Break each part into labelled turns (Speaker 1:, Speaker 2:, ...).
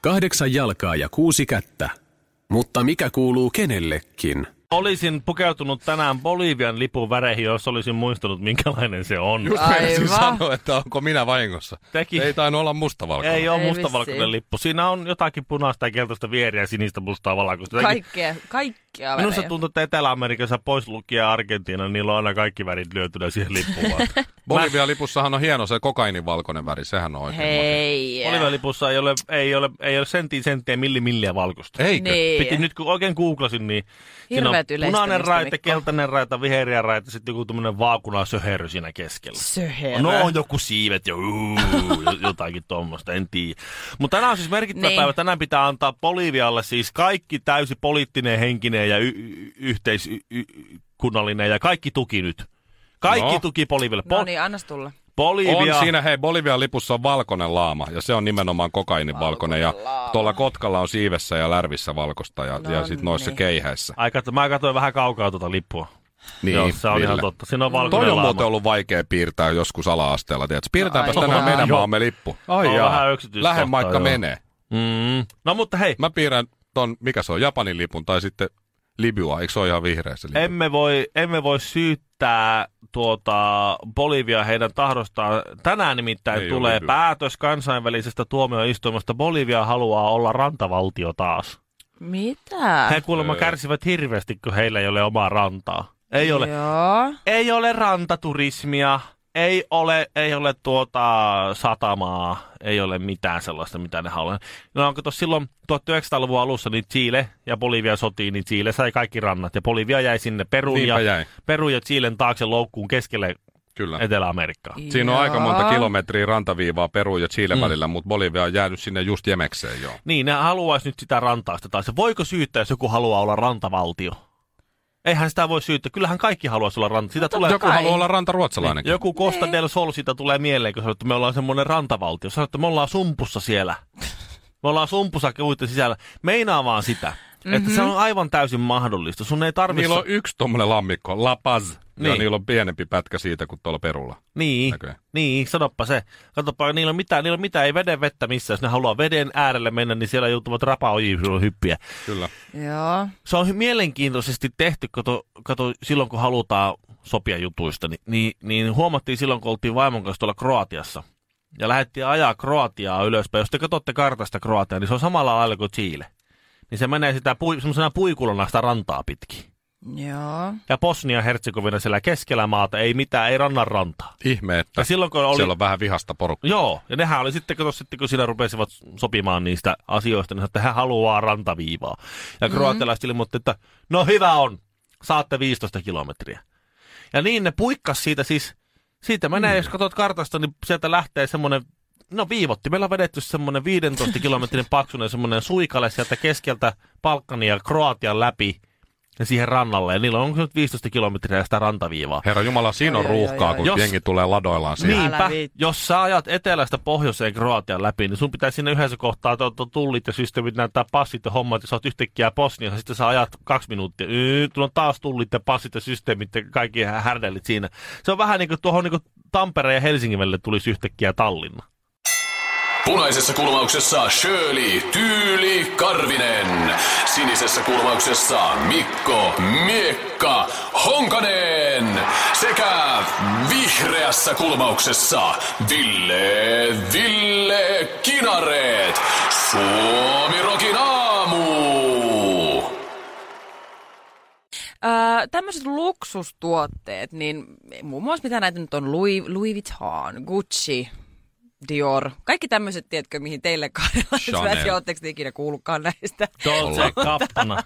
Speaker 1: Kahdeksan jalkaa ja kuusi kättä. Mutta mikä kuuluu kenellekin?
Speaker 2: Olisin pukeutunut tänään Bolivian lipun väreihin, jos olisin muistanut, minkälainen se on.
Speaker 3: Just
Speaker 4: Aivan.
Speaker 3: meinasin sanoa, että onko minä vahingossa.
Speaker 2: Teki.
Speaker 3: Ei tainnut olla mustavalkoinen.
Speaker 2: Ei ole
Speaker 4: Ei
Speaker 2: mustavalkoinen
Speaker 4: vissiin.
Speaker 2: lippu. Siinä on jotakin punaista ja keltaista vieriä, sinistä, mustaa, valkoista. Jotenkin-
Speaker 4: Kaikkea, kaikkea
Speaker 2: Minusta
Speaker 4: värejä.
Speaker 2: tuntuu, että Etelä-Amerikassa pois lukien Argentiina, niillä on aina kaikki värit lyötynä siihen lippuun. vaan.
Speaker 3: Bolivian lipussahan on hieno se kokainin valkoinen väri, sehän on oikein.
Speaker 4: Hei.
Speaker 2: Bolivian lipussa ei ole, ei ole, ei ole senttiä senttiä milli milliä valkoista.
Speaker 3: makea. Eikö?
Speaker 4: Niin.
Speaker 2: Piti nyt kun oikein googlasin, niin siinä on
Speaker 4: Hirveät yleistämistä,
Speaker 2: punainen raita,
Speaker 4: Mikko.
Speaker 2: keltainen raita, viheriä raita, sitten joku tämmöinen vaakunasöherry siinä keskellä.
Speaker 4: Söherö.
Speaker 2: No on joku siivet ja uu, jo- jotakin tuommoista, en tiedä. Mutta tänään on siis merkittävä
Speaker 4: Niin.
Speaker 2: päivä. Tänään pitää antaa Bolivialle siis kaikki täysi poliittinen, henkinen ja y- y- yhteiskunnallinen ja kaikki tuki nyt. Kaikki
Speaker 3: No.
Speaker 2: tuki Bolivialle.
Speaker 4: No
Speaker 2: Pol-
Speaker 4: niin, annas tulla.
Speaker 2: Bolivia.
Speaker 3: On siinä, hei, Bolivian lipussa on valkoinen laama, ja se on nimenomaan kokainin valkoinen, ja
Speaker 4: Valkoinen laama. No
Speaker 3: tuolla Kotkalla on siivessä ja lärvissä valkoista, ja, ja sitten noissa
Speaker 4: Nonni.
Speaker 3: keihäissä.
Speaker 2: Ai katso, mä katsoin vähän kaukaa tuota lippua.
Speaker 3: Niin,
Speaker 2: Joo, se on
Speaker 3: Ville.
Speaker 2: ihan totta. Siinä on valkoinen
Speaker 3: Toi on
Speaker 2: laama.
Speaker 3: muuten ollut vaikea piirtää joskus ala-asteella, tiedätkö? Piirtäänpäs
Speaker 4: No, ai
Speaker 3: tänään
Speaker 4: jaa.
Speaker 3: meidän
Speaker 2: Joo.
Speaker 3: maamme lippu.
Speaker 2: On
Speaker 3: Ai
Speaker 2: vähän
Speaker 3: jaa,
Speaker 2: yksityiskohtaa,
Speaker 3: lähen maikka
Speaker 2: joo.
Speaker 3: menee.
Speaker 2: Mm. No mutta hei,
Speaker 3: Mä piirrän ton, mikä se on, Japanin lipun, tai sitten Libyaa, eikö se ole ihan vihreä se lipu?
Speaker 2: emme voi, emme voi syyttää tuota Bolivia heidän tahdostaan. Tänään nimittäin
Speaker 3: Ei ole
Speaker 2: tulee
Speaker 3: hyvä.
Speaker 2: päätös kansainvälisestä tuomioistuimesta. Bolivia haluaa olla rantavaltio taas.
Speaker 4: Mitä?
Speaker 3: Äh,
Speaker 2: He
Speaker 3: öö.
Speaker 2: kuulemma kärsivät hirveästi, kun heillä ei ole omaa rantaa.
Speaker 3: Niin,
Speaker 2: Ei ole,
Speaker 4: Joo.
Speaker 2: ei ole rantaturismia, ei ole, ei ole tuota satamaa, ei ole mitään sellaista, mitä ne haluaa. No kato, silloin 1900-luvun alussa niin Chile ja Bolivia sotiin, niin Chile sai kaikki rannat ja Bolivia jäi sinne Perun ja,
Speaker 3: Niinpä jäi, No.
Speaker 2: Peru ja Chilen taakse loukkuun keskelle
Speaker 3: kyllä.
Speaker 2: Etelä-Amerikkaa.
Speaker 3: Siinä on aika monta
Speaker 4: Joo.
Speaker 3: kilometriä rantaviivaa Peru ja Chile
Speaker 2: Mm.
Speaker 3: välillä, mutta Bolivia on jäänyt sinne just jemekseen joo.
Speaker 2: Niin, ne haluaisi nyt sitä rantaa sitä taas. Voiko syyttää, jos joku haluaa olla rantavaltio? Eihän sitä voi syyttää. Kyllähän kaikki haluaisi olla ranta. Sitä tulee
Speaker 3: Joku
Speaker 4: kai.
Speaker 3: haluaa olla rantaruotsalainenkin.
Speaker 2: Niin, Joku Costa del Sol siitä tulee mieleen, kun sanoo, että me ollaan semmoinen rantavaltio. Sanoo, että me ollaan sumpussa siellä. Me ollaan sumpussa kuitten sisällä. Meinaa vaan sitä, mm-hmm. että se on aivan täysin mahdollista. Sun ei tarvitse...
Speaker 3: Niillä on yksi tommonen lammikko, La Paz. Ja
Speaker 2: Niin.
Speaker 3: niillä on pienempi pätkä siitä kuin tuolla Perulla.
Speaker 2: Niin,
Speaker 3: Näköjään.
Speaker 2: niin, sanoppa se. Katsopa, niillä on mitään, niillä on mitään, ei veden vettä missään. Jos ne haluaa veden äärelle mennä, niin siellä joutuvat rapaojiin hyppiä.
Speaker 3: Kyllä.
Speaker 4: Joo.
Speaker 2: se on hy- mielenkiintoisesti tehty, kato, kato silloin kun halutaan sopia jutuista, niin, niin, niin huomattiin silloin, kun oltiin vaimon kanssa tuolla Kroatiassa. Ja lähdettiin ajaa Kroatiaa ylöspäin. Jos te katsotte kartasta Kroatiaa, niin se on samalla lailla kuin Chile. Niin se menee sitä pui, semmoisena puikulona sitä rantaa pitkin.
Speaker 4: Joo.
Speaker 2: Ja Bosnia-Herzegovina siellä keskellä maata, ei mitään, ei rannan rantaa.
Speaker 3: Ihme, että
Speaker 2: Niin. Ja silloin kun oli,
Speaker 3: siellä on vähän vihasta porukkaa.
Speaker 2: Joo, ja nehän oli sitten, kato, sitten kun siinä rupesivat sopimaan niistä asioista, niin sanoi, että hän haluaa rantaviivaa. Ja kroatialaiset ilmoitti, että no hyvä on, saatte 15 kilometriä. Ja niin ne puikkas siitä siis, siitä menee, jos katsot kartasta, niin sieltä lähtee semmoinen, no viivotti, meillä on vedetty semmoinen 15 kilometrin paksuinen semmoinen suikale sieltä keskeltä Balkania ja Kroatian läpi ja siihen rannalle. Ja niillä on onko se nyt 15 kilometriä sitä rantaviivaa.
Speaker 3: Herra Jumala, siinä on
Speaker 4: Ai, ai,
Speaker 3: ruuhkaa,
Speaker 4: ai,
Speaker 3: kun
Speaker 2: ai.
Speaker 3: jengi tulee ladoillaan siihen.
Speaker 2: Niinpä,
Speaker 4: Älä viit-
Speaker 2: jos sä ajat etelästä pohjoiseen Kroatian läpi, niin sun pitää sinne yhdessä kohtaa to, to, tullit ja systeemit näyttää passit ja hommat, ja sä oot yhtäkkiä Bosniassa, sitten sä ajat kaksi minuuttia, yy, tulla on taas tullit ja passit ja systeemit ja kaikki hä- härdellit siinä. Se on vähän niin kuin tuohon niin kuin Tampereen ja Helsingin välille tulisi yhtäkkiä Tallinna.
Speaker 1: Punaisessa kulmauksessa Shirley Tyyli Karvinen. Sinisessä kulmauksessa Mikko Miekka Honkanen. Sekä vihreässä kulmauksessa Ville Ville Kinareet. Suomi Rokin aamu.
Speaker 4: Öö, tämmöiset luksustuotteet, niin muun muassa mitä näitä nyt on, Louis, Louis Vuitton, Gucci, Dior, kaikki tämmöiset, tiedätkö, mihin teille
Speaker 3: Chanel.
Speaker 4: kahdella oletteko te ikinä kuullutkaan näistä?
Speaker 2: Dolce et kappana.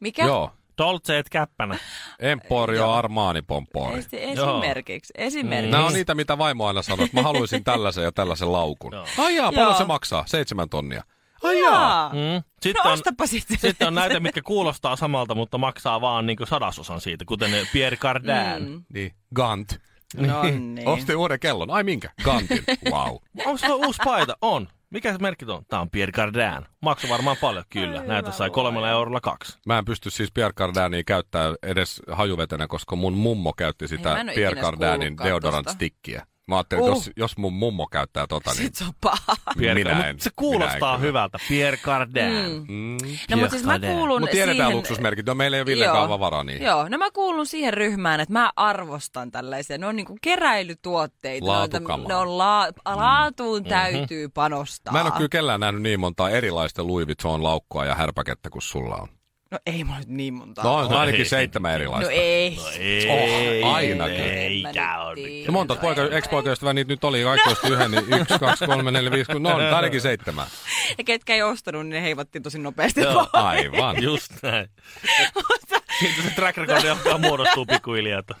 Speaker 4: Mikä?
Speaker 3: Joo.
Speaker 2: Dolce et käppänä.
Speaker 3: Emporio Armani Pompoi.
Speaker 4: Esi- esimerkiksi,
Speaker 2: Mm.
Speaker 4: esimerkiksi.
Speaker 3: Nämä on niitä, mitä vaimo aina sanoo, että mä haluaisin tällaisen ja tällaisen laukun.
Speaker 2: Joo.
Speaker 3: Ai jaa, paljon
Speaker 4: Joo.
Speaker 3: se maksaa? Seitsemän tonnia.
Speaker 4: Ai jaa.
Speaker 2: Mm.
Speaker 4: No
Speaker 2: Sitten, on,
Speaker 4: ostapa sitten.
Speaker 2: sitten on näitä, mitkä kuulostaa samalta, mutta maksaa vaan niin sadasosan siitä, kuten ne Pierre Cardin. Mm.
Speaker 3: Niin. Gant.
Speaker 4: No niin.
Speaker 3: Ostin uuden kellon. Ai minkä? Gantin. Wow.
Speaker 2: Onko sulla uusi paita? On. Mikä se merkki on? Tämä on Pierre Cardin. Maksu varmaan paljon, kyllä. Näitä sai kolmella eurolla kaksi.
Speaker 3: Mä en pysty siis Pierre Cardinia käyttää edes hajuvetenä, koska mun mummo käytti sitä
Speaker 4: mä en oo
Speaker 3: Pierre
Speaker 4: ikinä edes
Speaker 3: Cardinin
Speaker 4: kuullutkaan
Speaker 3: deodorant
Speaker 4: tosta.
Speaker 3: stickiä. Mä ajattelin, että
Speaker 4: Uh.
Speaker 3: jos, jos mun mummo käyttää tota, niin
Speaker 4: Sit se on paha.
Speaker 2: Oh. Pierre
Speaker 3: minä en.
Speaker 2: Mut se kuulostaa
Speaker 3: minä en kyllä.
Speaker 2: hyvältä. Pierre Cardin. Mm.
Speaker 4: No mutta siis mä kuulun
Speaker 3: Mutta tiedetään
Speaker 4: siihen...
Speaker 3: luksusmerkit. niin. No meillä ei ole Villekaan vaan varaa niihin.
Speaker 4: Joo, no mä kuulun siihen ryhmään, että mä arvostan tällaisia. Ne on niinku keräilytuotteita. Ne on täm-
Speaker 3: Laatukamaa.
Speaker 4: Ne on la- laatuun täytyy panostaa.
Speaker 3: Mä en ole kyllä kellään nähnyt niin montaa erilaista Louis Vuitton laukkoa ja härpäkettä kuin sulla on.
Speaker 4: No ei mulla nyt niin monta.
Speaker 3: No on
Speaker 2: No
Speaker 3: ainakin
Speaker 2: ei.
Speaker 3: seitsemän
Speaker 4: no
Speaker 3: erilaista.
Speaker 4: ei. No
Speaker 2: Ei,
Speaker 3: Mm. Oh, ainakin.
Speaker 2: Eikä ole.
Speaker 3: Ja monta No, poika, ex-poikaystävää niitä nyt oli, kaikki osti yhden, niin yksi, kaksi, kolme, neljä, viisi, kuusi, no on ainakin seitsemän.
Speaker 4: Ja ketkä ei ostanut, niin ne heivattiin tosi nopeasti.
Speaker 2: Joo.
Speaker 3: Aivan.
Speaker 2: Just näin. Siitä se track record alkaa muodostua pikkuhiljaa. että-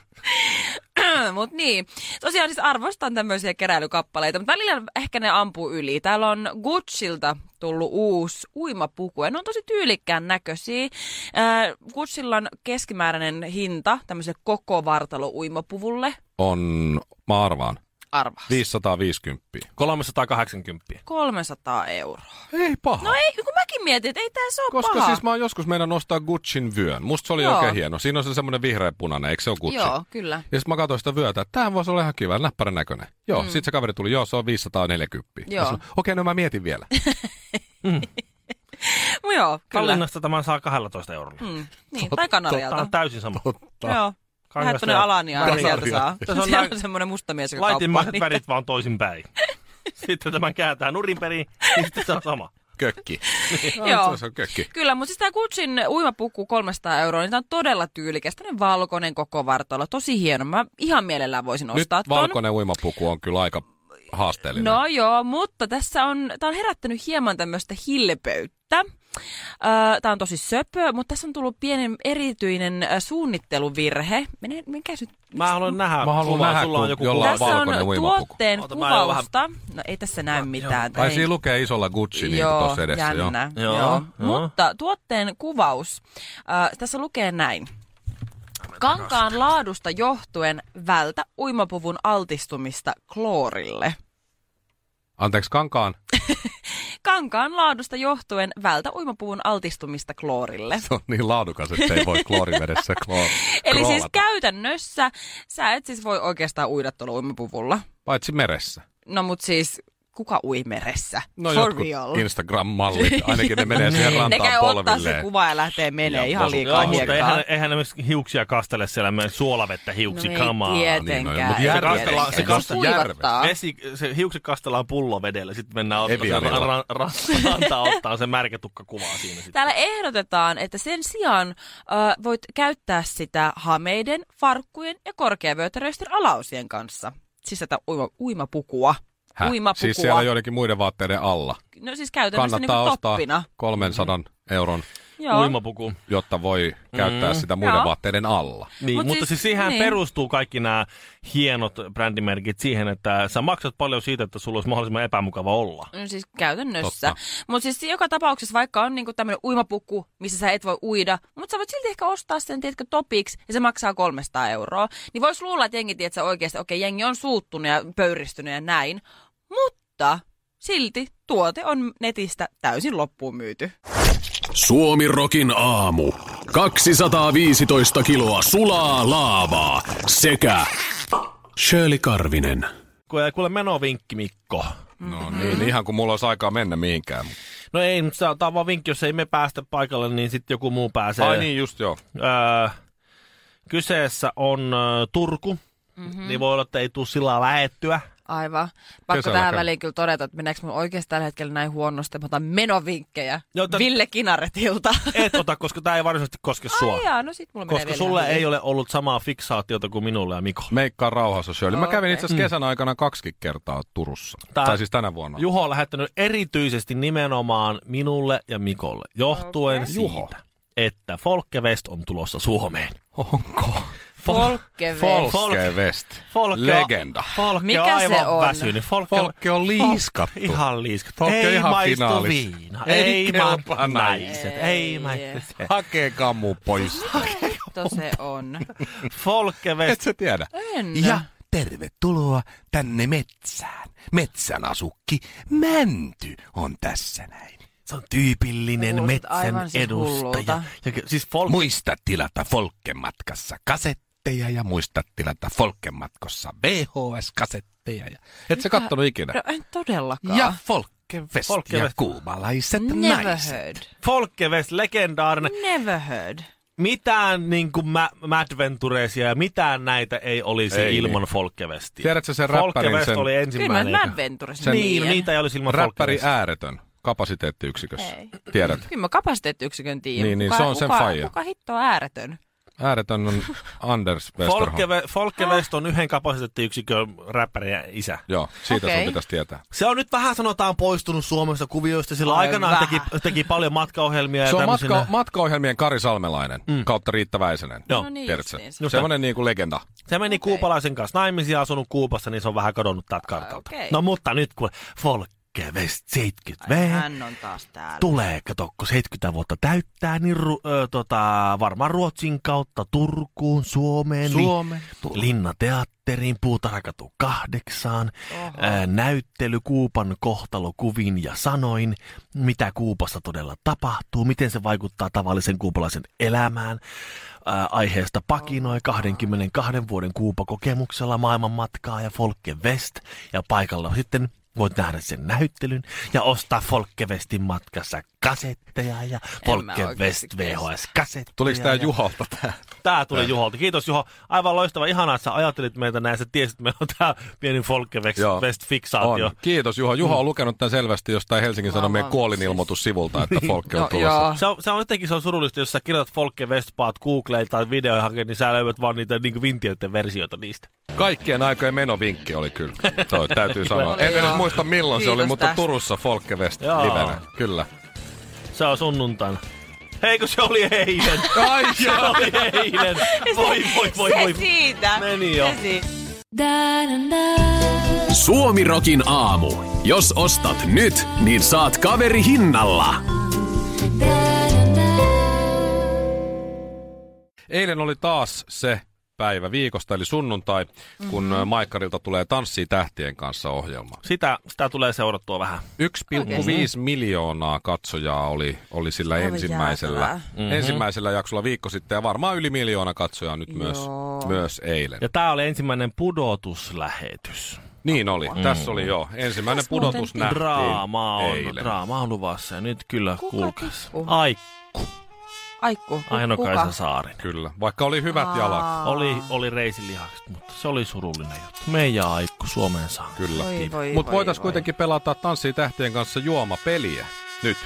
Speaker 4: Mut niin, tosiaan siis arvostan tämmöisiä keräilykappaleita, mutta välillä ehkä ne ampuu yli. Täällä on Gucciilta tullut uusi uimapuku ja ne on tosi tyylikkään näköisiä. Äh, Gucciilla on keskimääräinen hinta tämmöiselle koko vartalo uimapuvulle.
Speaker 3: On, mä arvaan,
Speaker 4: Arvaa.
Speaker 3: Niin. 550.
Speaker 2: 380.
Speaker 4: 300 euroa.
Speaker 3: Ei paha.
Speaker 4: No ei, kun mäkin mietin, että ei tää se ole
Speaker 3: Koska
Speaker 4: paha.
Speaker 3: siis mä oon joskus meidän nostaa Gucciin vyön. Musta se oli Joo.
Speaker 4: Joo.
Speaker 3: oikein hieno. Siinä on se semmoinen vihreä punainen, eikö se ole Gucci?
Speaker 4: Joo, kyllä.
Speaker 3: Ja sitten mä katsoin sitä vyötä, että tämähän voisi olla ihan kiva, näppärän näköinen. Joo, mm. sitten se kaveri tuli, joo, se on 540. Mä
Speaker 4: Joo.
Speaker 3: sanoin, Okei, no mä mietin vielä.
Speaker 4: No joo, kyllä.
Speaker 2: Kallinnasta tämän saa 12 eurolla. Mm.
Speaker 4: Niin, tai
Speaker 2: Tämä
Speaker 4: kanarialta.
Speaker 2: on täysin sama.
Speaker 4: Joo. Lähet tuonne
Speaker 2: ja-
Speaker 4: Alaniaan,
Speaker 2: Kangas-
Speaker 4: sieltä saa.
Speaker 2: Se on
Speaker 4: Siellä
Speaker 2: näin-
Speaker 4: on semmoinen mustamies, joka
Speaker 2: Laitimaiset
Speaker 4: kauppaa niin- niitä.
Speaker 2: värit vaan toisin päin. Sitten tämän kääntää nurin perin, niin sitten se on sama.
Speaker 3: Kökki.
Speaker 4: Joo.
Speaker 3: Se on kökki.
Speaker 4: Kyllä, mutta siis tämä Gucciin uimapuku 300 euroa, niin tämä on todella tyylikäs. Tällainen valkoinen koko vartalo, tosi hieno. Mä ihan mielellään voisin
Speaker 3: Nyt
Speaker 4: ostaa ton.
Speaker 3: valkoinen uimapuku on kyllä aika haasteellinen.
Speaker 4: No joo, mutta tässä on, tämä on herättänyt hieman tämmöistä hilpeyttä. Tämä on tosi söpö, mutta tässä on tullut pienen erityinen ö, suunnitteluvirhe. Mene, mikä nyt?
Speaker 2: Mä haluan nähdä.
Speaker 3: Mä haluan
Speaker 2: kuvaa,
Speaker 3: nähdä,
Speaker 2: sulla
Speaker 3: kun
Speaker 2: on joku
Speaker 3: jollain
Speaker 2: kuva.
Speaker 4: Tässä on
Speaker 3: valkoinen uimapuku.
Speaker 4: tuotteen
Speaker 2: Oota, mä en oo
Speaker 4: kuvausta. No ei tässä näy mitään.
Speaker 3: Ai
Speaker 4: ei-
Speaker 3: siinä lukee isolla Gucci niin
Speaker 4: joo,
Speaker 3: tuossa edessä. Joo.
Speaker 4: jännä.
Speaker 2: Joo,
Speaker 4: Joo,
Speaker 2: joo.
Speaker 4: joo. Mutta tuotteen kuvaus, äh, tässä lukee näin. Kankaan laadusta johtuen vältä uimapuvun altistumista kloorille.
Speaker 3: Anteeksi, kankaan.
Speaker 4: Kankaan laadusta johtuen vältä uimapuvun altistumista kloorille.
Speaker 3: Se on niin laadukas, että ei voi kloorivedessä kloor.
Speaker 4: Eli siis
Speaker 3: kroolata.
Speaker 4: käytännössä sä et siis voi oikeastaan uida tuolla uimapuvulla.
Speaker 3: Paitsi meressä.
Speaker 4: No mut siis kuka ui meressä?
Speaker 3: No
Speaker 4: For
Speaker 3: jotkut
Speaker 4: real.
Speaker 3: Instagram-mallit, ainakin ne menee siihen
Speaker 4: Ne
Speaker 3: rantaan
Speaker 4: käy ottaa
Speaker 3: polvilleen.
Speaker 4: se kuva ja lähtee
Speaker 3: Ja
Speaker 4: menee ihan
Speaker 3: posu-
Speaker 2: Niin. Joo,
Speaker 4: liikaa
Speaker 2: mutta
Speaker 4: hiekkaa.
Speaker 2: eihän, eihän ne myöskään hiuksia kastele siellä meidän suolavettä hiuksi kamaa.
Speaker 3: niin, no,
Speaker 4: No tietenkään.
Speaker 3: mutta
Speaker 4: ei
Speaker 3: järvellä-
Speaker 4: tietenkään.
Speaker 2: se kasta-
Speaker 4: Kun kuivattaa.
Speaker 2: Vesi, se hiukset kastellaan pullovedellä, sitten mennään ottaa se
Speaker 3: Eviarilla.
Speaker 2: ra, ra, rantaa ottaa se märkätukka kuvaa siinä sitten.
Speaker 4: Täällä ehdotetaan, että sen sijaan äh, voit käyttää sitä hameiden, farkkujen ja korkeavyötäröisten alaosien kanssa. Siis tätä uima, uimapukua.
Speaker 3: Häh?
Speaker 4: Uimapukua.
Speaker 3: Siis siellä joidenkin muiden vaatteiden alla.
Speaker 4: No siis käytännössä
Speaker 3: Kannattaa
Speaker 4: niin
Speaker 3: ostaa
Speaker 4: toppina.
Speaker 3: 300 euron,
Speaker 4: Joo.
Speaker 2: Uimapuku.
Speaker 3: jotta voi käyttää sitä muiden
Speaker 4: Mm. Joo.
Speaker 3: vaatteiden alla.
Speaker 2: Niin, Mut
Speaker 4: Mut
Speaker 2: mutta siis,
Speaker 4: siis-
Speaker 2: siis siihen niin.
Speaker 4: niin.
Speaker 2: perustuu kaikki nämä hienot brändimerkit siihen, että sä maksat paljon siitä, että sulla olisi mahdollisimman epämukava olla.
Speaker 4: No siis käytännössä.
Speaker 3: Totta.
Speaker 4: Mutta siis joka tapauksessa, vaikka on niinku tämmöinen uimapuku, missä sä et voi uida, mutta sä voit silti ehkä ostaa sen, tiedätkö, topiksi, ja se maksaa 300 euroa. Niin voisi luulla, että jengi, tiedät sä oikeasti, okei, jengi on suuttunut ja pöyristynyt ja näin, mutta silti tuote on netistä täysin loppuun myyty.
Speaker 1: Suomi Rokin aamu. 215 kiloa sulaa laavaa sekä Shirley Karvinen.
Speaker 2: Ku- Kuule menovinkki, Mikko.
Speaker 4: Mm.
Speaker 3: No niin, ihan kun mulla olisi aikaa mennä mihinkään.
Speaker 2: No ei, mutta tämä on vaan vinkki, jos ei me päästä paikalle, niin sitten joku muu pääsee.
Speaker 3: Ai niin, just joo.
Speaker 2: Öö, kyseessä on öö, Turku,
Speaker 4: Mhm.
Speaker 2: mm-hmm. niin voi olla, että ei tule sillä lähettyä.
Speaker 4: Aivan. Pakko
Speaker 3: Kesällä
Speaker 4: tähän
Speaker 3: käy.
Speaker 4: väliin kyllä todeta, että meneekö mun oikeasti tällä hetkellä näin huonosti, että mä otan menovinkkejä
Speaker 2: Joo, tän-
Speaker 4: Ville Kinaretilta.
Speaker 2: Et ota, koska tämä ei varsinaisesti koske sua.
Speaker 4: Ai jaa, no sit mulla menee
Speaker 2: Koska
Speaker 4: vielä
Speaker 2: sulle
Speaker 4: ihan
Speaker 2: ei
Speaker 4: hyvin.
Speaker 2: ole ollut samaa fiksaatiota kuin minulle ja Miko.
Speaker 3: Meikkaa rauhassa, Shirley. Mä
Speaker 4: Joo,
Speaker 3: kävin
Speaker 4: okei.
Speaker 3: itse asiassa kesän aikana kaksi kertaa Turussa.
Speaker 2: Tää-
Speaker 3: Tai siis tänä vuonna.
Speaker 2: Juho on lähettänyt erityisesti nimenomaan minulle ja Mikolle, johtuen okay. siitä,
Speaker 3: Juho.
Speaker 2: että Folke West on tulossa Suomeen.
Speaker 3: Onko? Folke,
Speaker 4: Folke Vest.
Speaker 2: Folke.
Speaker 3: Folke West.
Speaker 2: Folke,
Speaker 3: Legenda.
Speaker 2: Folke
Speaker 4: Mikä
Speaker 2: on aivan
Speaker 4: se on?
Speaker 2: väsynyt. Folke,
Speaker 3: Folke on liiskattu.
Speaker 2: Ihan liiskattu.
Speaker 3: Folke on
Speaker 2: ei
Speaker 3: ihan
Speaker 2: maistu
Speaker 3: finaalissa.
Speaker 2: viina.
Speaker 3: Ei
Speaker 2: Ei
Speaker 3: kelpaa
Speaker 2: maistu
Speaker 3: naiset.
Speaker 2: naiset. Ei maistu se.
Speaker 3: Hakekaa mun pois.
Speaker 4: Mitä se on?
Speaker 2: Folke
Speaker 3: Et
Speaker 2: West.
Speaker 3: sä tiedä.
Speaker 4: En.
Speaker 3: Ja tervetuloa tänne metsään. Metsän asukki Mänty on tässä näin.
Speaker 2: Se on tyypillinen
Speaker 4: Kuulostaa aivan
Speaker 2: metsän
Speaker 4: siis hullulta.
Speaker 2: edustaja. Ja, ke- siis Folke
Speaker 3: Muista tilata Folken matkassa kasetteja ja muista tilata Folken matkossa VHS-kasetteja. Ja... Et sä kattonut ikinä.
Speaker 4: No, en todellakaan.
Speaker 3: Ja Folke West
Speaker 2: Folke
Speaker 3: ja
Speaker 2: West.
Speaker 3: kuumalaiset
Speaker 4: Never
Speaker 3: naiset.
Speaker 4: heard.
Speaker 2: Folke West, legendaarinen.
Speaker 4: Never heard.
Speaker 2: Mitään niin kuin Madventureisia ja mitään näitä ei olisi
Speaker 3: Ei
Speaker 2: ei, niin. ilman Folke Westia.
Speaker 3: Tiedätkö sen
Speaker 2: Folke
Speaker 3: räppärin
Speaker 2: West
Speaker 3: sen-
Speaker 2: oli
Speaker 4: Kyllä
Speaker 2: ensimmäinen.
Speaker 4: mä Mad Venturessa
Speaker 3: Sen-
Speaker 2: niin, no,
Speaker 4: tiedän.
Speaker 2: niitä ei olisi ilman Folke
Speaker 3: Räppäri
Speaker 2: Westia.
Speaker 3: ääretön kapasiteettiyksikössä.
Speaker 4: Ei.
Speaker 3: Tiedät.
Speaker 4: Kyllä mä kapasiteettiyksikön tiedän.
Speaker 3: Niin, niin,
Speaker 4: kuka,
Speaker 3: se on sen
Speaker 4: kuka,
Speaker 3: faija.
Speaker 4: Kuka hitto on ääretön?
Speaker 3: Ääretön on Anders Westerholm.
Speaker 2: Folke, Ve- Folke West on yhden kapasiteettiyksikön räppäri ja isä.
Speaker 3: Joo, siitä okay. sun
Speaker 4: Okei.
Speaker 3: pitäisi tietää.
Speaker 2: Se on nyt vähän sanotaan poistunut Suomesta kuvioista, sillä
Speaker 4: Ai
Speaker 2: aikanaan teki,
Speaker 4: vähän.
Speaker 2: teki paljon matkaohjelmia ja
Speaker 3: Se on
Speaker 2: tämmöisenä.
Speaker 3: matka, matkaohjelmien Kari Salmelainen mm. kautta Riitta Väisenen.
Speaker 2: Joo.
Speaker 4: No niin
Speaker 3: Tiedätkö?
Speaker 4: justiinsa.
Speaker 2: Just
Speaker 3: Semmoinen niin kuin legenda.
Speaker 2: Se meni
Speaker 4: Okei.
Speaker 2: okay. kuupalaisen kanssa naimisiin ja asunut Kuupassa, niin se on vähän kadonnut täältä kartalta.
Speaker 4: okei.
Speaker 2: No mutta nyt kun Folke West 70 V
Speaker 4: Hän on taas täällä.
Speaker 2: tulee, kato, kun 70 vuotta täyttää, niin ru, ö, tota, varmaan Ruotsin kautta Turkuun, Suomeen,
Speaker 3: Suomeen,
Speaker 2: li, Linnateatteriin, Puutarhakatu kahdeksaan,
Speaker 4: Oho.
Speaker 2: ö, näyttely Kuupan kohtalokuvin ja sanoin, mitä Kuupassa todella tapahtuu, miten se vaikuttaa tavallisen kuupalaisen elämään. Ö, aiheesta pakinoi 22 vuoden Kuupa-kokemuksella maailman matkaa ja Folke West ja paikalla on sitten voit nähdä sen näyttelyn ja ostaa Folke Westin matkassa kasetteja ja Folke
Speaker 4: oikeesti
Speaker 2: West
Speaker 4: kestä.
Speaker 2: VHS-kasetteja.
Speaker 3: Tuliko tämä
Speaker 2: ja-
Speaker 3: Juholta tämä?
Speaker 2: Tää tuli Juholta. Kiitos Juho. Aivan loistava. Ihanaa, että sä ajattelit meitä näin. Sä tiesit, että meillä on tää pieni Folke West-
Speaker 3: Joo.
Speaker 2: West-fiksaatio.
Speaker 3: On. Kiitos Juho. Juho on lukenut tämän selvästi jostain Helsingin Sanomien
Speaker 4: Maailman-
Speaker 3: kuolinilmoitussivulta, että Folke on
Speaker 4: No,
Speaker 3: tulossa.
Speaker 4: joo.
Speaker 2: Se on, se on jotenkin se on surullista, jos sä kirjoitat Folke Westpaat Googleen tai videoihankin, niin sä löydät vaan niitä niin vintioiden versioita niistä.
Speaker 3: Kaikkien aikojen menovinkki oli kyllä. Toi, täytyy sanoa.
Speaker 4: Oli
Speaker 3: En edes
Speaker 4: joo.
Speaker 3: muista milloin se oli,
Speaker 4: Kiitos
Speaker 3: mutta
Speaker 4: tästä.
Speaker 3: Turussa Folke West
Speaker 2: Joo.
Speaker 3: livenä. Kyllä.
Speaker 2: Se on sunnuntaina. Hei, kun se oli eilen.
Speaker 3: Ai
Speaker 2: se oli eilen. Voi, voi, voi,
Speaker 4: se
Speaker 2: voi.
Speaker 4: siitä.
Speaker 2: Meni jo.
Speaker 4: Se siitä.
Speaker 1: Suomirokin aamu. Jos ostat nyt, niin saat kaveri hinnalla.
Speaker 3: Eilen oli taas se päivä viikosta, eli sunnuntai, kun mm-hmm. Maikkarilta tulee Tanssii tähtien kanssa ohjelma.
Speaker 2: Sitä, sitä tulee seurattua vähän.
Speaker 3: 1,5 miljoonaa katsojaa oli, oli sillä
Speaker 4: Aivan
Speaker 3: ensimmäisellä,
Speaker 4: jäätävää.
Speaker 3: mm-hmm. ensimmäisellä jaksolla viikko sitten ja varmaan yli miljoona katsojaa nyt myös,
Speaker 4: Joo.
Speaker 3: myös eilen.
Speaker 2: Ja tää oli ensimmäinen pudotuslähetys.
Speaker 3: Niin oli, mm. tässä oli jo. Ensimmäinen
Speaker 4: Tässä muuten
Speaker 3: pudotus
Speaker 4: pi-
Speaker 3: nähtiin
Speaker 2: Draama on,
Speaker 3: eilen.
Speaker 2: draama on luvassa ja nyt kyllä
Speaker 4: Kuka
Speaker 2: kuulkaas.
Speaker 4: tippuu?
Speaker 2: Aikku,
Speaker 4: Aikku, ku-
Speaker 2: Aino
Speaker 4: kuka?
Speaker 2: Kaisa Saarinen.
Speaker 3: Kyllä, vaikka oli hyvät jalat.
Speaker 2: Oli, oli reisilihakset, mutta se oli surullinen juttu. Meidän Aikku Suomen saa.
Speaker 3: Kyllä.
Speaker 4: Voi, voi,
Speaker 3: Mutta
Speaker 4: voi,
Speaker 3: voitaisiin
Speaker 4: voi.
Speaker 3: kuitenkin pelata Tanssii tähtien kanssa juomapeliä nyt.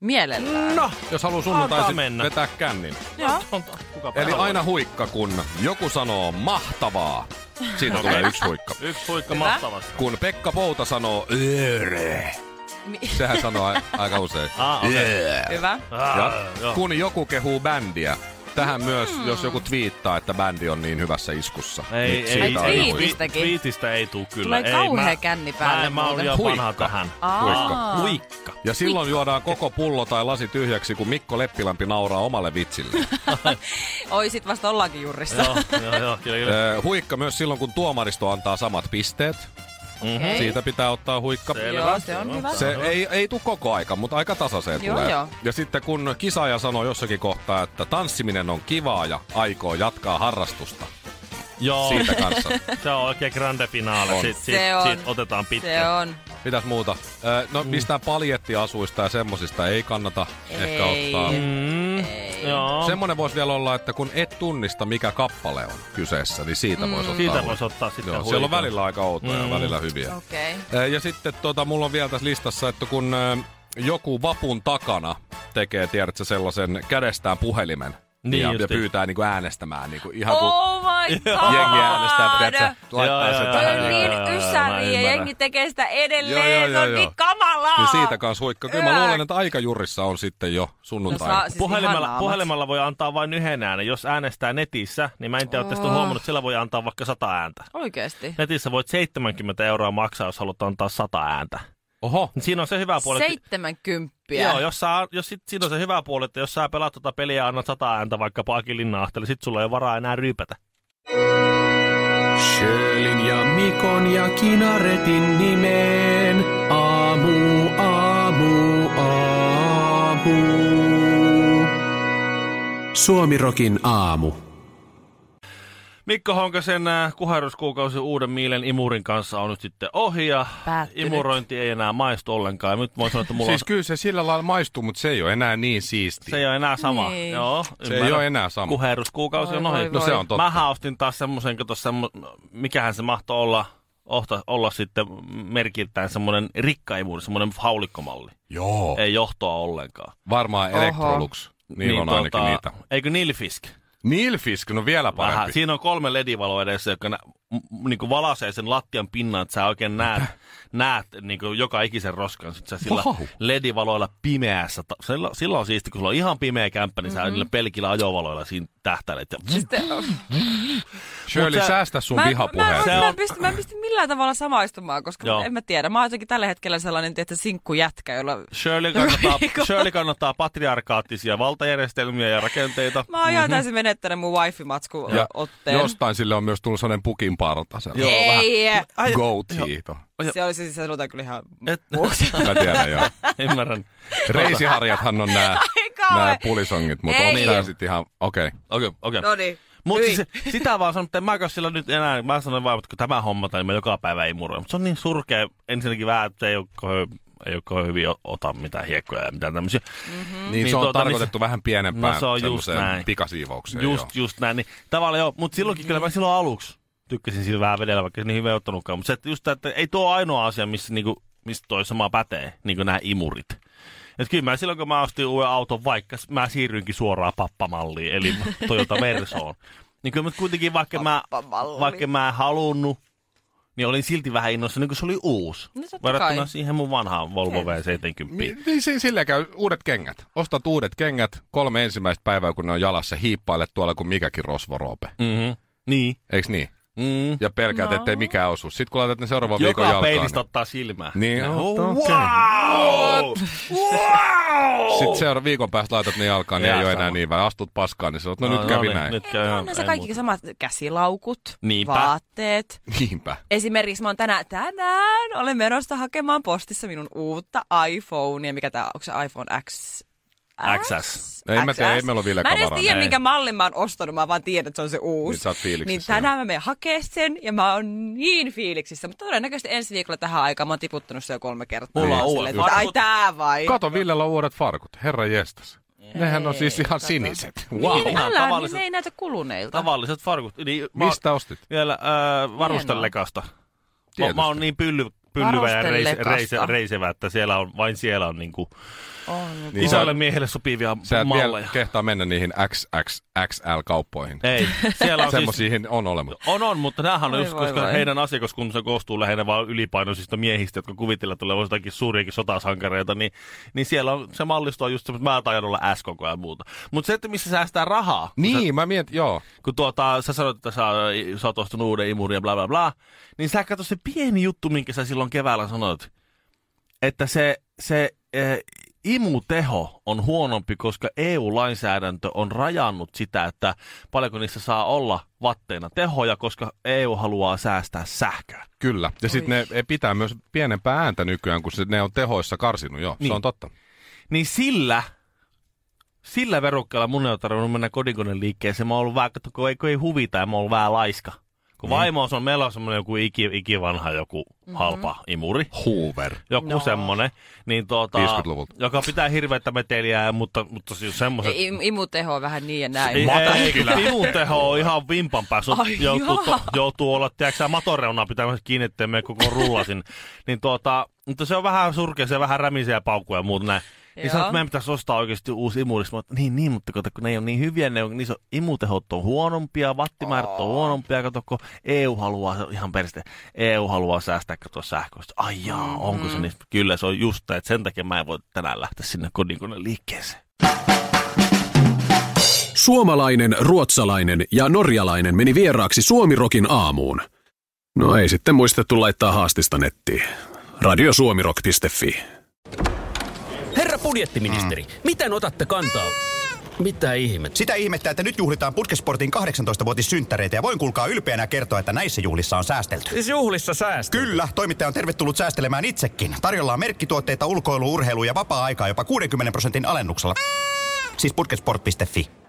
Speaker 4: Mielellään.
Speaker 2: No,
Speaker 3: Jos haluaa
Speaker 2: Antaa
Speaker 3: sunnuntaisin
Speaker 2: mennä.
Speaker 3: vetää kännin.
Speaker 4: Joo.
Speaker 2: kuka
Speaker 3: Eli aina huikka, kun joku sanoo mahtavaa. Siitä tulee yksi huikka.
Speaker 2: Yksi poikka
Speaker 4: Hyvä.
Speaker 2: mahtavasti.
Speaker 3: Kun Pekka Pouta sanoo "Ööre",
Speaker 4: Mi-
Speaker 3: sehän sanoo a- aika usein.
Speaker 2: Ah, okei.
Speaker 3: "Öö".
Speaker 4: Hyvä.
Speaker 3: Ja
Speaker 2: Ah, joo.
Speaker 3: kun joku kehuu bändiä,
Speaker 4: Mm.
Speaker 3: tähän myös, jos joku twiittaa, että bändi on niin hyvässä iskussa. niin
Speaker 2: Ei,
Speaker 3: siitä
Speaker 2: ei,
Speaker 3: aina
Speaker 4: ei.
Speaker 3: huikka.
Speaker 4: Twiitistäkin.
Speaker 2: Twiitistä ei tuu kyllä.
Speaker 4: Tulee
Speaker 2: ei,
Speaker 4: kauhea
Speaker 2: mä-
Speaker 4: känni
Speaker 2: Mä,
Speaker 4: päälle
Speaker 2: en- mä oon
Speaker 4: muuten.
Speaker 2: liian vanha
Speaker 3: Huikka.
Speaker 2: tähän.
Speaker 4: Aa.
Speaker 2: Huikka.
Speaker 3: Ja silloin juodaan koko pullo tai lasi tyhjäksi, kun Mikko Leppilampi nauraa omalle vitsille.
Speaker 4: Oi, sit vasta ollaankin jurissa.
Speaker 2: joo, joo, joo, kyllä, kyllä.
Speaker 3: Ö, huikka myös silloin, kun tuomaristo antaa samat pisteet.
Speaker 4: Okei.
Speaker 3: Siitä pitää ottaa huikka.
Speaker 4: Joo, se on hyvä.
Speaker 3: Se ei, ei tule koko aika, mutta aika tasaiseen
Speaker 4: Joo,
Speaker 3: tulee.
Speaker 4: joo.
Speaker 3: Ja sitten kun kisaaja sanoo jossakin kohtaa, että tanssiminen on kivaa ja aikoo jatkaa harrastusta
Speaker 2: Joo,
Speaker 3: siitä kanssa.
Speaker 2: se on oikein grande
Speaker 3: On.
Speaker 2: finaali. Sit, sit,
Speaker 4: Se on.
Speaker 2: sit otetaan
Speaker 4: Se
Speaker 2: pitkä.
Speaker 4: on.
Speaker 3: Mitäs muuta? Ö, No
Speaker 2: Mm.
Speaker 3: mistään paljettiasuista ja semmosista ei kannata ehkä
Speaker 4: Ei.
Speaker 3: ottaa.
Speaker 2: Mm, joo.
Speaker 3: Semmoinen voisi vielä olla, että kun et tunnista mikä kappale on kyseessä, niin siitä mm. voisi ottaa.
Speaker 2: Siitä
Speaker 3: huikan.
Speaker 2: voisi ottaa Mm. sitten
Speaker 3: Joo,
Speaker 2: huikan.
Speaker 3: siellä on välillä aika outoja ja välillä hyviä.
Speaker 4: Okei. Okay.
Speaker 3: Ö, Ja sitten tota, mulla on vielä tässä listassa, että kun ö, joku vapun takana tekee, tiedätkö, sellaisen kädestään puhelimen,
Speaker 2: Niin
Speaker 3: ja,
Speaker 2: justiin.
Speaker 3: ja pyytää niin kuin äänestämään niin kuin ihan kuin
Speaker 4: Oh my god!
Speaker 3: jengi äänestää, pitää
Speaker 2: Joo,
Speaker 3: laittaa
Speaker 2: joo,
Speaker 3: sen
Speaker 4: Toi
Speaker 3: tähän. niinku- ja-
Speaker 4: on niin
Speaker 2: joo, joo, mä
Speaker 4: ysäri ja
Speaker 2: ymmärrän.
Speaker 4: jengi tekee sitä edelleen.
Speaker 3: Joo, joo, joo,
Speaker 4: se on niin
Speaker 3: joo.
Speaker 4: kamalaa.
Speaker 3: Niin siitä kanssa huikka. Kyllä mä
Speaker 4: Ää.
Speaker 3: luulen, että aikajurissa on sitten jo sunnuntaina.
Speaker 4: No saa- Siis ihan
Speaker 2: Puhelimella,
Speaker 4: naamat.
Speaker 2: puhelimella voi antaa vain yhden äänen. Jos äänestää netissä, niin mä en tiedä, oletteko
Speaker 4: Oh.
Speaker 2: huomannut, sillä voi antaa vaikka 100 ääntä.
Speaker 4: Oikeesti.
Speaker 2: Netissä voit 70 euroa maksaa, jos haluat antaa 100 ääntä.
Speaker 3: Oho.
Speaker 2: Niin Siinä on se hyvä puoli, että-
Speaker 4: 70.
Speaker 2: Joo, jos, sä, jos sit, siinä on se hyvä puoli, että jos sä pelaat tota peliä ja annat 100 ääntä vaikkapa Aki Linnahtelle, sit sulla ei ole varaa enää ryypätä.
Speaker 1: Sjölin ja Mikon ja Kinaretin nimeen. Aamu, aamu, aamu. Suomirokin aamu.
Speaker 2: Mikko Honkasen äh, kuherruskuukausi uuden miilen imurin kanssa on nyt sitten ohi ja
Speaker 4: Päättynyt.
Speaker 2: imurointi ei enää maistu ollenkaan. Ja Nyt voin sanoa, että mulla
Speaker 3: Siis
Speaker 2: siis on,
Speaker 3: kyllä se sillä lailla maistuu, mutta se ei ole enää niin siistiä.
Speaker 2: se ei ole enää sama.
Speaker 4: Niin.
Speaker 2: Joo,
Speaker 3: se ei
Speaker 2: ymmärrän.
Speaker 3: ole enää sama.
Speaker 2: Kuherruskuukausi
Speaker 4: Voi,
Speaker 2: on ohi.
Speaker 4: voi, No
Speaker 3: se voi. on totta.
Speaker 2: Mä ostin taas semmoisen, kato semmo- mikähän se mahtoi olla, ohta, olla sitten merkiltään semmoinen rikkaimuri, semmoinen haulikkomalli.
Speaker 3: Joo.
Speaker 2: Ei johtoa ollenkaan. Niin
Speaker 3: Varmaan Electrolux. Oh. Niillä on ainakin niitä.
Speaker 2: Eikö Nilfisk?
Speaker 3: Nilfisk, no vielä parempi.
Speaker 2: tota- Vähän. Siinä on kolme ledivaloa edessä, jotka nä, m- niinku valasee sen lattian pinnan, että sä oikein näet, näet niinku joka ikisen roskan. Sit sä sillä
Speaker 3: Vau.
Speaker 2: ledivaloilla pimeässä. ta- sillä- Silloin on siisti, kun sulla on ihan pimeä kämppä, niin mm-hmm. sä niillä pelkillä ajovaloilla siinä tähtäilet. Ja
Speaker 4: Sitten,
Speaker 3: Shirley,
Speaker 2: Mut sä-
Speaker 3: säästä sun
Speaker 4: mä, mä,
Speaker 3: vihapuheen.
Speaker 4: mä,
Speaker 2: Se
Speaker 4: mä,
Speaker 2: on-
Speaker 4: en pysty, mä en pysty millään tavalla samaistumaan, koska
Speaker 2: Joo.
Speaker 4: Joo. en mä tiedä. Mä oon jotenkin tällä hetkellä sellainen tietysti sinkkujätkä, jolla...
Speaker 2: Shirley kannattaa,
Speaker 4: Miko.
Speaker 2: Shirley kannattaa patriarkaattisia valtajärjestelmiä ja rakenteita.
Speaker 4: Mä oon ihan täysin menettänyt mun wifi-matsku
Speaker 3: Ja
Speaker 4: otteen.
Speaker 3: jostain sille on myös tullut sellainen pukin parta. sellainen
Speaker 2: Joo, vähän.
Speaker 4: Ei,
Speaker 2: Ai,
Speaker 3: Goatee.
Speaker 4: se oli siis, se sanotaan kyllä ihan
Speaker 2: Et-
Speaker 4: muuksi.
Speaker 3: Mä tiedän joo.
Speaker 2: ymmärrän.
Speaker 3: Reisiharjathan on nää,
Speaker 4: kauhean.
Speaker 3: nää pulisongit, mutta
Speaker 4: Ei.
Speaker 3: on tää sit ihan, okei. Okay.
Speaker 2: Okei, okay, okei. Okay.
Speaker 4: No niin.
Speaker 2: Mutta
Speaker 4: Hyi.
Speaker 2: siis, sitä vaan sanon, että mä en sillä nyt enää, mä sanon vaan, että kun tämä hommata, niin mä joka päivä ei murra. Mutta se on niin surkea, ensinnäkin vähän, että ei ole, kohe- ei ole kohe hyvin o- ota mitään hiekkoja ja mitään tämmöisiä.
Speaker 3: Niin,
Speaker 2: Niin
Speaker 3: se on
Speaker 2: tuota, niin
Speaker 3: tarkoitettu
Speaker 2: se-
Speaker 3: vähän pienempään
Speaker 2: No se on just
Speaker 3: semmoseen
Speaker 2: näin.
Speaker 3: pikasiivoukseen.
Speaker 2: Just,
Speaker 3: joo.
Speaker 2: just näin. Niin, tavallaan joo, mutta silloinkin kyllä mä silloin aluksi tykkäsin sillä vähän vedellä, vaikka se niin hyvin ei ottanutkaan. Mutta se, että just tää, että ei tuo ainoa asia, missä, niinku, missä toi sama pätee, niin kuin nämä imurit. Et kyllä mä silloin, kun mä ostin uuden auton, vaikka s- mä siirryinkin suoraan pappamalliin, eli Toyota Versoon, niin kyllä mä kuitenkin, vaikka mä,
Speaker 4: Pappamalli.
Speaker 2: vaikka mä en halunnut, niin olin silti vähän innossa, niin kun se oli uusi.
Speaker 4: No totta
Speaker 2: verrattuna
Speaker 4: kai.
Speaker 2: siihen mun vanhaan Volvo V70.
Speaker 3: Mi- Niin si- sillä käy uudet kengät. Ostat uudet kengät kolme ensimmäistä päivää, kun ne on jalassa, hiippaile tuolla kuin mikäkin rosvoroope.
Speaker 2: Mm-hmm. Niin.
Speaker 3: Eiks niin?
Speaker 2: Mm.
Speaker 3: Ja pelkäät, no. ettei mikään osu. Sitten kun laitat ne seuraavan viikon
Speaker 2: Joka
Speaker 3: jalkaan.
Speaker 2: peilistä ottaa silmää.
Speaker 3: Niin,
Speaker 2: oh,
Speaker 3: totta.
Speaker 2: wow!
Speaker 3: niin, sitten seuraavan viikon päästä laitat ne jalkaan, niin
Speaker 2: Jää
Speaker 3: ei ole enää
Speaker 2: sama.
Speaker 3: niin vähän. Astut paskaan, niin sanot, no, no nyt kävi
Speaker 2: niin,
Speaker 3: näin.
Speaker 2: Nyt käy
Speaker 4: Ei,
Speaker 2: ihan,
Speaker 4: on se
Speaker 2: ei
Speaker 4: kaikki
Speaker 2: muuta.
Speaker 4: samat käsilaukut,
Speaker 2: Niinpä.
Speaker 4: vaatteet.
Speaker 3: Niinpä.
Speaker 4: Esimerkiksi mä oon tänään, tänään olen menossa hakemaan postissa minun uutta iPhonea. Mikä tää on? Onko se iPhone X?
Speaker 2: XS.
Speaker 3: Ei No mä tiedä, ei meillä ole vielä
Speaker 4: Mä en edes
Speaker 3: kamaraa.
Speaker 4: tiedä,
Speaker 2: Ei.
Speaker 4: minkä mallin mä oon ostanut, mä vaan tiedän, että se on se uusi.
Speaker 3: Niin sä oot fiiliksissä,
Speaker 4: Niin tänään mä menen hakee sen ja mä oon niin fiiliksissä. Mutta todennäköisesti ensi viikolla tähän aikaan mä oon tiputtanut sen jo kolme kertaa.
Speaker 2: Mulla on
Speaker 4: Mä oon
Speaker 2: uudet
Speaker 4: silleen, että Ai
Speaker 2: farkut.
Speaker 4: tää vai?
Speaker 3: Kato, Villellä on uudet farkut. Herra jestas. Nehän on siis ihan siniset. Wow.
Speaker 4: Niin,
Speaker 2: Ihan
Speaker 4: älä, niin
Speaker 2: tavalliset-
Speaker 4: ne ei näytä kuluneilta.
Speaker 2: Tavalliset farkut. Niin, mä oon
Speaker 3: Mistä ostit?
Speaker 2: Vielä äh, varustellekasta. Mä,
Speaker 3: Tietysti.
Speaker 2: mä oon niin pylly, pyllyvä ja reise,
Speaker 4: Varustellekasta.
Speaker 2: reise, reisevä, että siellä on, vain siellä on niinku
Speaker 4: On.
Speaker 3: Niin
Speaker 2: isoille
Speaker 3: sä-
Speaker 2: miehelle sopivia
Speaker 3: Sä et vielä
Speaker 2: malleja.
Speaker 3: kehtaa mennä niihin XXXL-kauppoihin.
Speaker 2: Ei, siellä on siis...
Speaker 3: Semmoisiin on olemassa.
Speaker 2: On, on, mutta näähän on
Speaker 4: Oi,
Speaker 2: just,
Speaker 4: voi,
Speaker 2: koska
Speaker 4: voi.
Speaker 2: heidän asiakaskuntansa koostuu lähinnä vain ylipainoisista miehistä, jotka kuvitella tulee jotakin suuriakin sotasankareita, niin, niin siellä on, se mallisto on just semmoista, mä taidan olla S koko ajan muuta. Mutta se, että missä säästää rahaa, kun sä-
Speaker 3: Niin, mä mietin, joo.
Speaker 2: kun tuota, sä sanoit, että sä, sä oot ostanut uuden imurin ja bla bla bla, niin sä katso se pieni juttu, minkä sä silloin keväällä sanoit, että se, se eh, imuteho on huonompi, koska EU-lainsäädäntö on rajannut sitä, että paljonko niissä saa olla vatteina tehoja, koska EU haluaa säästää sähköä.
Speaker 3: Kyllä. Ja sitten ne ei pitää myös pienempää ääntä nykyään, kun se, ne on tehoissa karsinut. Joo,
Speaker 2: Niin.
Speaker 3: se on totta.
Speaker 2: Niin sillä, sillä verukkeella mun ei ole tarvinnut mennä kodinkoneen liikkeeseen. Mä oon ollut vähän, kato, kun ei, kun ei huvita ja mä oon ollut vähän laiska. Kun vaimo on, meillä on semmoinen joku iki, ikivanha joku mm-hmm. halpa imuri.
Speaker 3: Hoover.
Speaker 2: joku no. semmonen, niin tuota,
Speaker 3: 50-luvulta.
Speaker 2: joka pitää hirveätä meteliä, mutta, mutta siis semmoiset...
Speaker 4: Im, imuteho on vähän niin ja näin.
Speaker 2: Ei,
Speaker 4: mutta-
Speaker 2: ei, kun Pimun teho on ihan vimpan päässä.
Speaker 4: Ai
Speaker 2: Joutuu,
Speaker 4: jaa.
Speaker 2: to, joutuu olla, tiedätkö matoreunaa pitämässä kiinni, ettei mene koko rullasin. niin tuota, mutta se on vähän surkea, se vähän rämisiä paukkuja ja muuta näin. Niin sanoi, että meidän pitäisi ostaa oikeasti uusi imuri. Mä oon, että niin, niin, mutta kato, kun ne ei ole niin hyviä, ne on, niissä on, imutehot on huonompia, wattimäärät on huonompia, kato, kun EU haluaa, se on ihan perste, EU haluaa säästää kato sähköstä. Ai jaa, onko
Speaker 4: Mm.
Speaker 2: se niin? Kyllä se on just, näin, että sen takia mä en voi tänään lähteä sinne kodinkoneen liikkeeseen.
Speaker 1: Suomalainen, ruotsalainen ja norjalainen meni vieraaksi Suomirokin aamuun. No ei sitten muistettu laittaa haastista nettiin. Radiosuomirok.fi
Speaker 5: Herra budjettiministeri, mm. miten otatte kantaa? Mitä ihmettä?
Speaker 6: Sitä ihmettä, että nyt juhlitaan Putkesportin 18-vuotissynttäreitä ja voin kuulkaa ylpeänä kertoa, että näissä juhlissa on säästelty.
Speaker 5: Siis juhlissa säästö.
Speaker 6: Kyllä, toimittaja on tervetullut säästelemään itsekin. Tarjolla on merkkituotteita, ulkoilu, urheilu ja vapaa-aikaa jopa 60 prosentin alennuksella. Siis putkesport.fi.